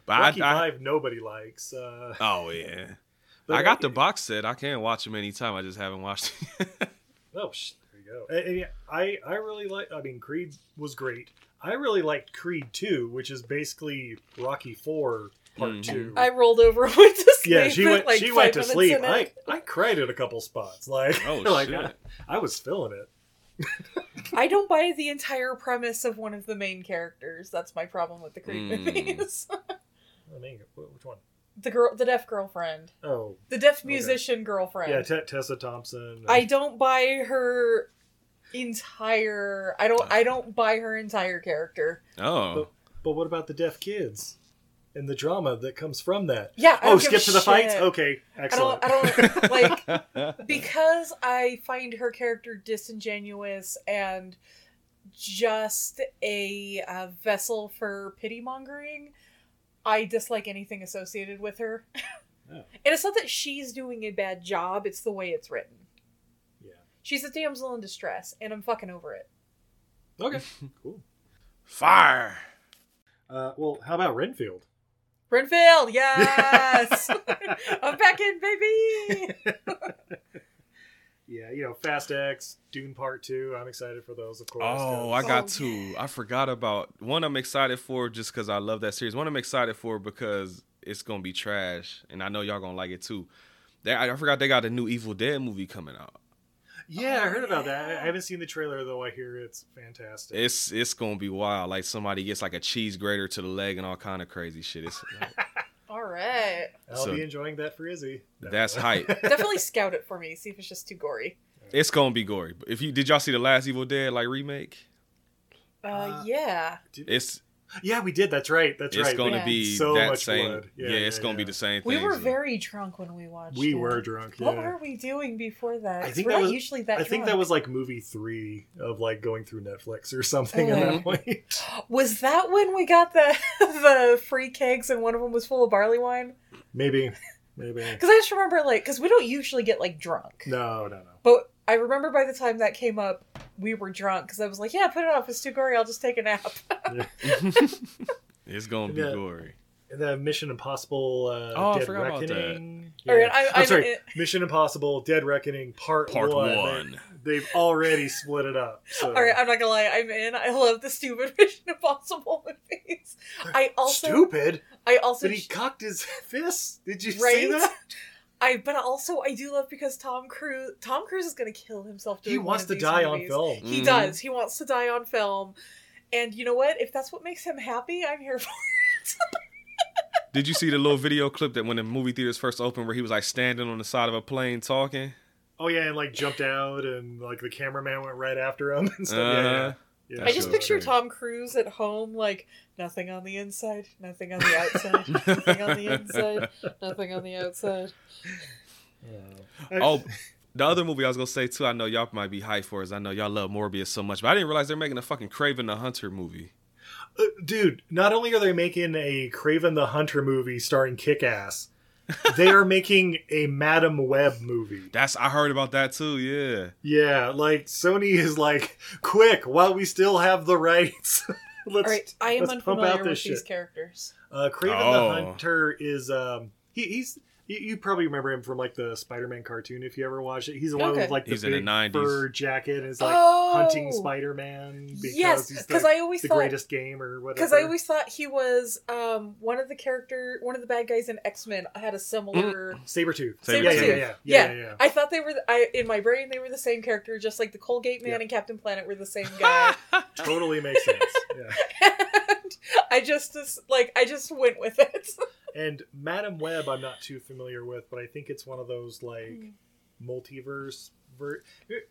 but [LAUGHS]
Rocky
I, I-
Five, nobody likes. Uh,
oh yeah,
But
I got
Rocky-
the box set. I can watch them anytime. I just haven't watched.
oh, sh- there you go. And- and yeah, I, I really like. I mean, Creed was great. I really liked Creed Two, which is basically Rocky Four Part
Mhm.
Two.
I rolled over and went to sleep.
yeah, she
with,
went.
Like
she
five
went to
minutes
sleep.
in it.
I, I cried at a couple spots. [LAUGHS] Like,
Oh,
like
shit.
I, I was feeling it.
I don't buy the entire premise of one of the main characters. That's my problem with the Creed
Mm.
movies. [LAUGHS]
I mean, wh- which one?
the girl, the deaf girlfriend,
Oh,
the deaf musician girlfriend.
yeah, T- Tessa Thompson.
I don't buy her entire. I don't. I don't buy her entire character.
[LAUGHS] oh,
But, but what about the deaf kids and the drama that comes from that?
Yeah, I
oh,
don't
skip
give a
to the fights.
shit.
Okay,
I
excellent.
don't. I don't [LAUGHS]
[LAUGHS]
like because I find her character disingenuous and just a uh, vessel for pity mongering. I dislike anything associated with
[LAUGHS]
her, and it's not that she's doing a bad job; it's the way it's written.
Yeah.
She's a damsel in distress, and I'm fucking over it.
[LAUGHS] Okay, cool.
fire!
Uh, well, how about Renfield?
[LAUGHS] Renfield, yes, [LAUGHS] I'm back in, baby.
Yeah, you know, Fast X, Dune Part Two. I'm excited for those, of course.
Oh,
'cause-
I got
Oh,
two. I forgot about one. I'm excited for just because I love that series. One I'm excited for because it's gonna be trash, and I know y'all gonna like it too. They, I I forgot they got a new Evil Dead movie coming out.
yeah, I heard about that. I- I haven't seen the trailer though. I hear it's fantastic.
It's it's gonna be wild. Like somebody gets like a cheese grater to the leg and all kind of crazy shit.
[LAUGHS]
It's,
[LAUGHS] All right,
I'll
so-
be enjoying that for Izzy. No.
that's hype.
definitely scout it for me. See if it's just too gory.
It's gonna be gory. But if you did y'all see the last Evil Dead like remake?
Uh, yeah.
It's
yeah, we did. That's right. That's
it's
right.
gonna
Yeah.
be
So
that
much
same.
blood.
Yeah,
Yeah,
it's
yeah,
gonna be
yeah.
the same.
We
thing.
were very drunk when we watched.
we
it.
were drunk.
What
yeah.
were we doing before that?
I think
we're
that
not
was
usually that.
I think that
drunk.
was like movie three of like going through Netflix or something at
Mm-hmm.
that point. [LAUGHS]
Was that when we got the [LAUGHS] the free cakes and one of them was full of barley wine?
maybe,
[LAUGHS]
maybe.
Because I just remember like because we don't usually get like drunk,
No, no, no.
but I remember by the time that came up, we were drunk because I was like, yeah, put it off. It's too gory. I'll just take a nap.
It's gonna be
Yeah.
gory.
And the Mission Impossible uh,
Oh, I
Dead
forgot about that.
Reckoning.
All right, Oh, I-
am
I-
sorry.
it-
Mission Impossible Dead Reckoning Part,
Part
One.
one.
They, have already split it up. So.
All right, I'm not gonna lie. I'm in. I love the stupid [LAUGHS] Mission Impossible movies. I also
Stupid.
I also
But he [LAUGHS] cocked his fist. Did you see
Right?
that?
I but also I do love because Tom Cruise Tom Cruise is gonna kill himself. Doing
He
one
wants
of
to
these
die on
movies.
film.
He does. He wants to die on film. And you know what? If that's what makes him happy, I'm here for it.
Did you see the little video clip that when the movie theaters first opened, where he was like standing on the side of a plane talking?
Oh yeah, and like jumped out, and like the cameraman went right after him. [LAUGHS] And stuff. yeah, yeah,
Uh-huh.
yeah.
I just
Sure.
picture Tom Cruise at home, like nothing on the inside, nothing on the outside, nothing on the inside, nothing on the outside.
Oh, the other movie I was gonna say too. I know y'all might be hyped for is I know y'all love Morbius so much, but I didn't realize they're making a fucking Craven the Hunter movie.
uh, dude, not only are they making a Craven the Hunter movie starring Kick Ass, they are making a Madam Web movie.
That's I heard about that too. Yeah,
Yeah, like Sony is like, quick, while we still have the rights. [LAUGHS] let's,
All right, I am
let's pump
unfamiliar
out
with
this shit.
these characters.
Uh, Craven
Oh.
the Hunter is um he, he's you, you probably remember him from like the Spider-Man cartoon if you ever watched it. He's the one
Okay.
with like the
He's in
big
the 90s.
fur jacket and is like
Oh.
hunting Spider-Man because
Yes,
he's
'cause
the,
I always
the
thought-
greatest game or whatever.
Because I always thought he was um, one of the character, one of the bad guys in X Men. had a similar.
Sabretooth.
Sabretooth.
Mm. Yeah, yeah, yeah, yeah, yeah, yeah.
I thought they were. The, I in my brain they were the same character, just like the Colgate man
Yeah.
and Captain Planet were
[LAUGHS]
the same guy.
Totally makes
[LAUGHS]
sense. Yeah.
and I just just, like I just went with it.
And Madam Web, I'm not too familiar with, but I think it's one of those like
Hmm.
multiverse. Ver-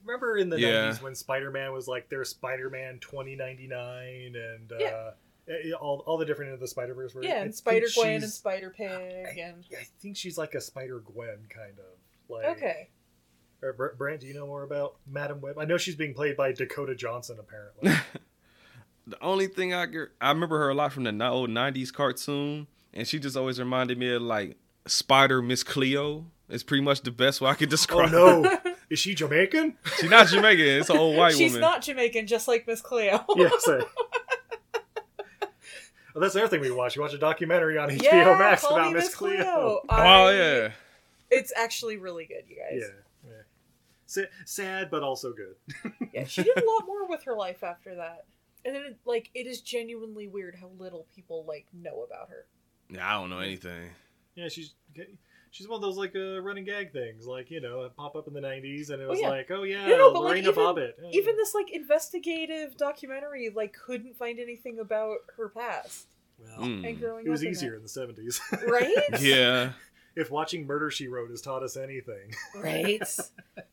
Remember in the
Yeah.
90s when Spider Man was like there's Spider Man 2099 and uh,
Yeah.
eh, eh, all, all the different of the Spider Verse.
yeah, and Spider Gwen and Spider Pig and
I think she's like a Spider Gwen kind of. Like,
okay.
Or, Br- Brant, do you know more about Madam Web? I know she's being played by Dakota Johnson apparently.
the only thing I get, I remember her a lot from the ni- old '90s cartoon, and she just always reminded me of like Spider Miss Cleo. It's pretty much the best way I could
oh
describe.
[LAUGHS]
her.
no, is she Jamaican?
she's not Jamaican. It's an old white
She's
woman.
not Jamaican, just like Miss Cleo.
[LAUGHS] yes. I... Well, that's the other thing we watch. We watch a documentary on HBO
[LAUGHS] Yeah,
Max
Call
about
Me
Miss Cleo.
Oh
I-
yeah,
it's actually really good, you guys.
Yeah. yeah. Sa- sad, but also good.
yeah, she did a lot more with her life after that. And then, like, it is genuinely weird how little people like know about her.
yeah. I don't know anything.
Yeah, she's she's one of those like uh, running gag things, like you know, it pop up in the '90s, and it was
yeah.
like, oh yeah,
No, no, but, like,
Lorena
even-
Bobbitt. Yeah,
Even
yeah.
this like investigative documentary like couldn't find anything about her past
Well,
and
Mm.
growing.
it was
up in
easier in the '70s.
it. right?
Yeah,
[LAUGHS] if watching Murder She Wrote has taught us anything, [LAUGHS]
right.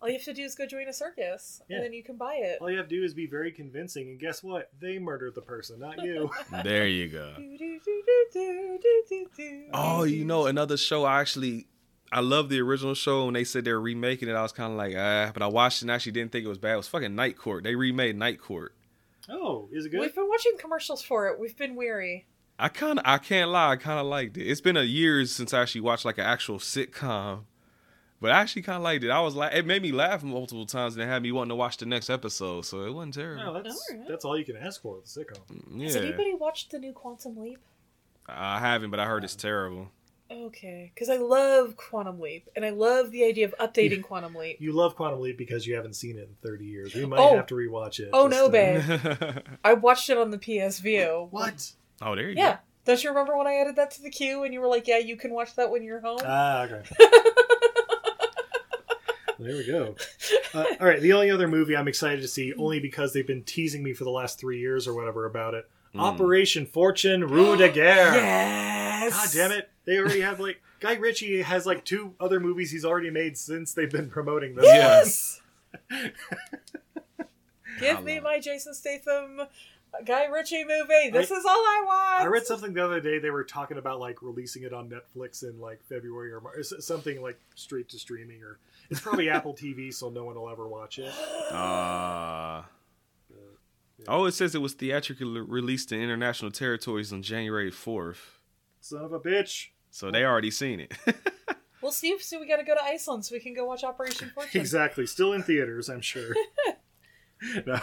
All you have to do is go join a circus,
Yeah.
and then you can buy it.
all you have to do is be very convincing, and guess what? They murdered the person, not
[LAUGHS]
you.
there you go.
Do, do, do, do, do, do, do, do,
Oh,
do,
you
do.
know, another show I actually I love the original show when they said they're remaking it. I was kind of like, ah, but I watched it and actually didn't think it was bad. It was fucking Night Court. They remade Night Court.
oh, is it good?
We've been watching commercials for it. We've been weary.
I kind of, I can't lie, I kind of liked it. It's been a years since I actually watched like an actual sitcom, but I actually kind of liked it. I was like, it made me laugh multiple times and it had me wanting to watch the next episode, so it wasn't
No,
terrible.
Oh, that's
Alright.
that's all you can ask for with a sitcom.
Yeah,
Has anybody watched the new Quantum Leap?
I haven't, but I heard it's terrible. [LAUGHS]
Okay, because I love Quantum Leap, and I love the idea of updating Quantum Leap.
You love Quantum Leap because you haven't seen it in 30 years. We might
Oh.
have to rewatch it.
Oh
just
no,
to-
babe!
[LAUGHS] oh,
I watched it on the PSVO.
What?
there you
Yeah. Don't you remember when I added that to the queue and you were like, "Yeah, you can watch that when you're home."
Uh,
Ah, okay.
[LAUGHS]
there we go. Uh, all right, the only other movie I'm excited to see, only because they've been teasing me for the last three years or whatever about it, Operation Fortune Rue de Guerre.
Yes.
God damn it! They already have like Guy Ritchie has like two other movies he's already made since they've been promoting this.
[LAUGHS]
Yes. Give
I
me
love
my Jason Statham, Guy Ritchie movie. This is all I want.
I read something the other day. They were talking about like releasing it on Netflix in like February or March, something like straight to streaming, or it's [LAUGHS] probably Apple TV, so no one will ever watch it.
Uh, oh, it says it was theatrically released in international territories on January 4th.
Son of a [LAUGHS] bitch.
So they already seen it.
Well, Steve, so we got to go to Iceland so we can go watch Operation
[LAUGHS]
Fortune.
Exactly. Still in theaters, I'm sure. [LAUGHS] No.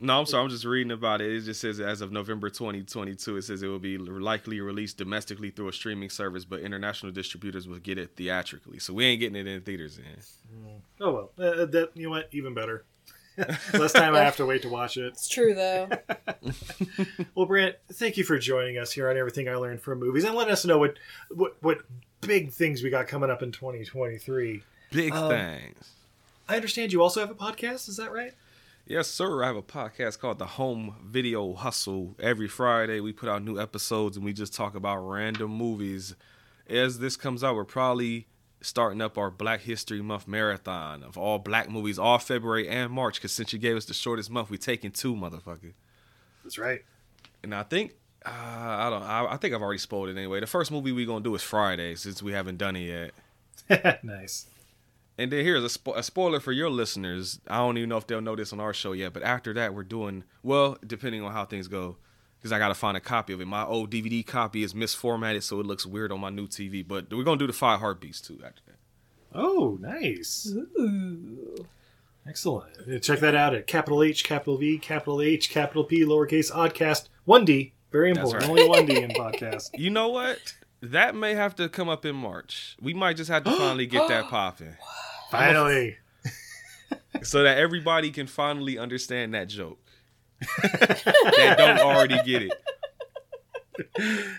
no, I'm sorry. I'm just reading about it. It just says as of November 2022, it says it will be likely released domestically through a streaming service, but international distributors will get it theatrically. So we ain't getting it in theaters. In
Oh well. Uh, that you know what? Even [LAUGHS] better. Less time I have to wait to watch it.
It's
[LAUGHS]
true though.
Well, Brant, thank you for joining us here on Everything I Learned from Movies and letting us know what what what big things we got coming up in 2023.
big things.
I understand you also have a podcast. Is that right?
Yes, sir. I have a podcast called The Home Video Hustle. Every Friday, we put out new episodes and we just talk about random movies. As this comes out, we're probably starting up our Black History Month marathon of all black movies, all February and March. Because since you gave us the shortest month, we taking two, motherfucker.
That's right.
And I think uh, I don't. I, I think I've already spoiled it anyway. The first movie we gonna do is Friday, since we haven't done it yet.
[LAUGHS] nice.
And then here's a, spo- a spoiler for your listeners. I don't even know if they'll know this on our show yet, but after that, we're doing well, depending on how things go. because I gotta find a copy of it. My old DVD copy is misformatted, so it looks weird on my new TV. But we're gonna do the Five Heartbeats too after that.
Oh, nice.
Ooh.
Excellent. Check that out at capital H, capital V, capital H, capital P, lowercase oddcast, 1D. Very
That's
important. Only 1D in podcast.
You know what? That may have to come up in March. We might just have to finally get that popping
Finally.
so that everybody can finally understand that joke. [LAUGHS] that don't already get it.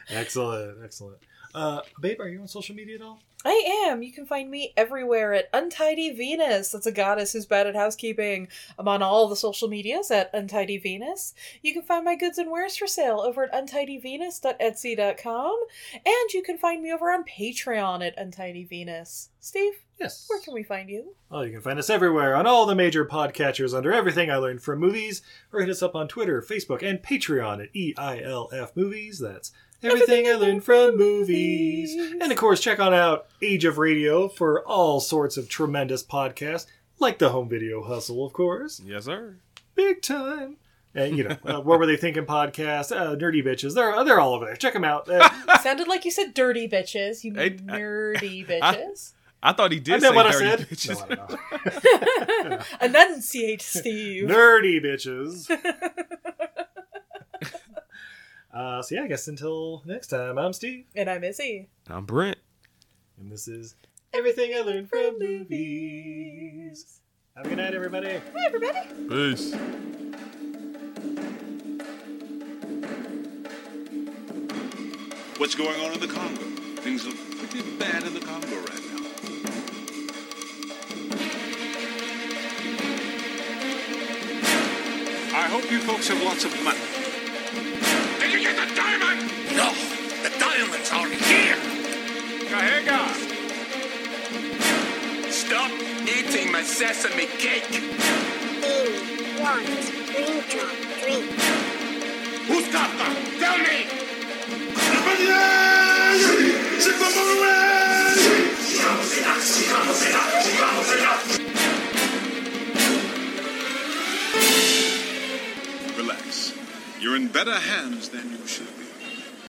Excellent. Excellent. Uh, babe, are you on social media at all?
I am. You can find me everywhere at Untidy Venus. That's a goddess who's bad at housekeeping. I'm on all the social medias at Untidy Venus. You can find my goods and wares for sale over at untidyvenus.etsy.com. And you can find me over on Patreon at Untidy Venus. Steve,
Yes.
where can we find you?
Oh, you can find us everywhere on all the major podcatchers under everything I learned from movies, or hit us up on Twitter, Facebook, and Patreon at E EILF Movies. That's everything I learned from movies. And of course, check on out Age of Radio for all sorts of tremendous podcasts, like the Home Video Hustle, of course,
Yes, sir.
big time. And you know, uh, what were they thinking? Podcast, uh, nerdy bitches. They're they're all over there. Check them out.
[LAUGHS]
Uh,
Sounded like you said dirty bitches. You
I-
nerdy bitches.
I thought he did
I meant
say
what I
dirty
said.
bitches.
No, I don't know.
Enunciate, Steve.
nerdy bitches. [LAUGHS] uh, so yeah, I guess until next time, I'm Steve,
and I'm Izzy.
I'm Brent.
and this is everything I learned from movies. Have a good night, everybody.
Hi, everybody.
Peace.
What's going on in the Congo? Things are pretty bad in the Congo right now. I hope you folks have lots of money. Did you get the diamond? No, the diamond's are here. Kahega!
Stop eating my sesame cake!
Eight, one, green drop, green.
Who's got them? Tell me! Relax. You're in better hands than you should.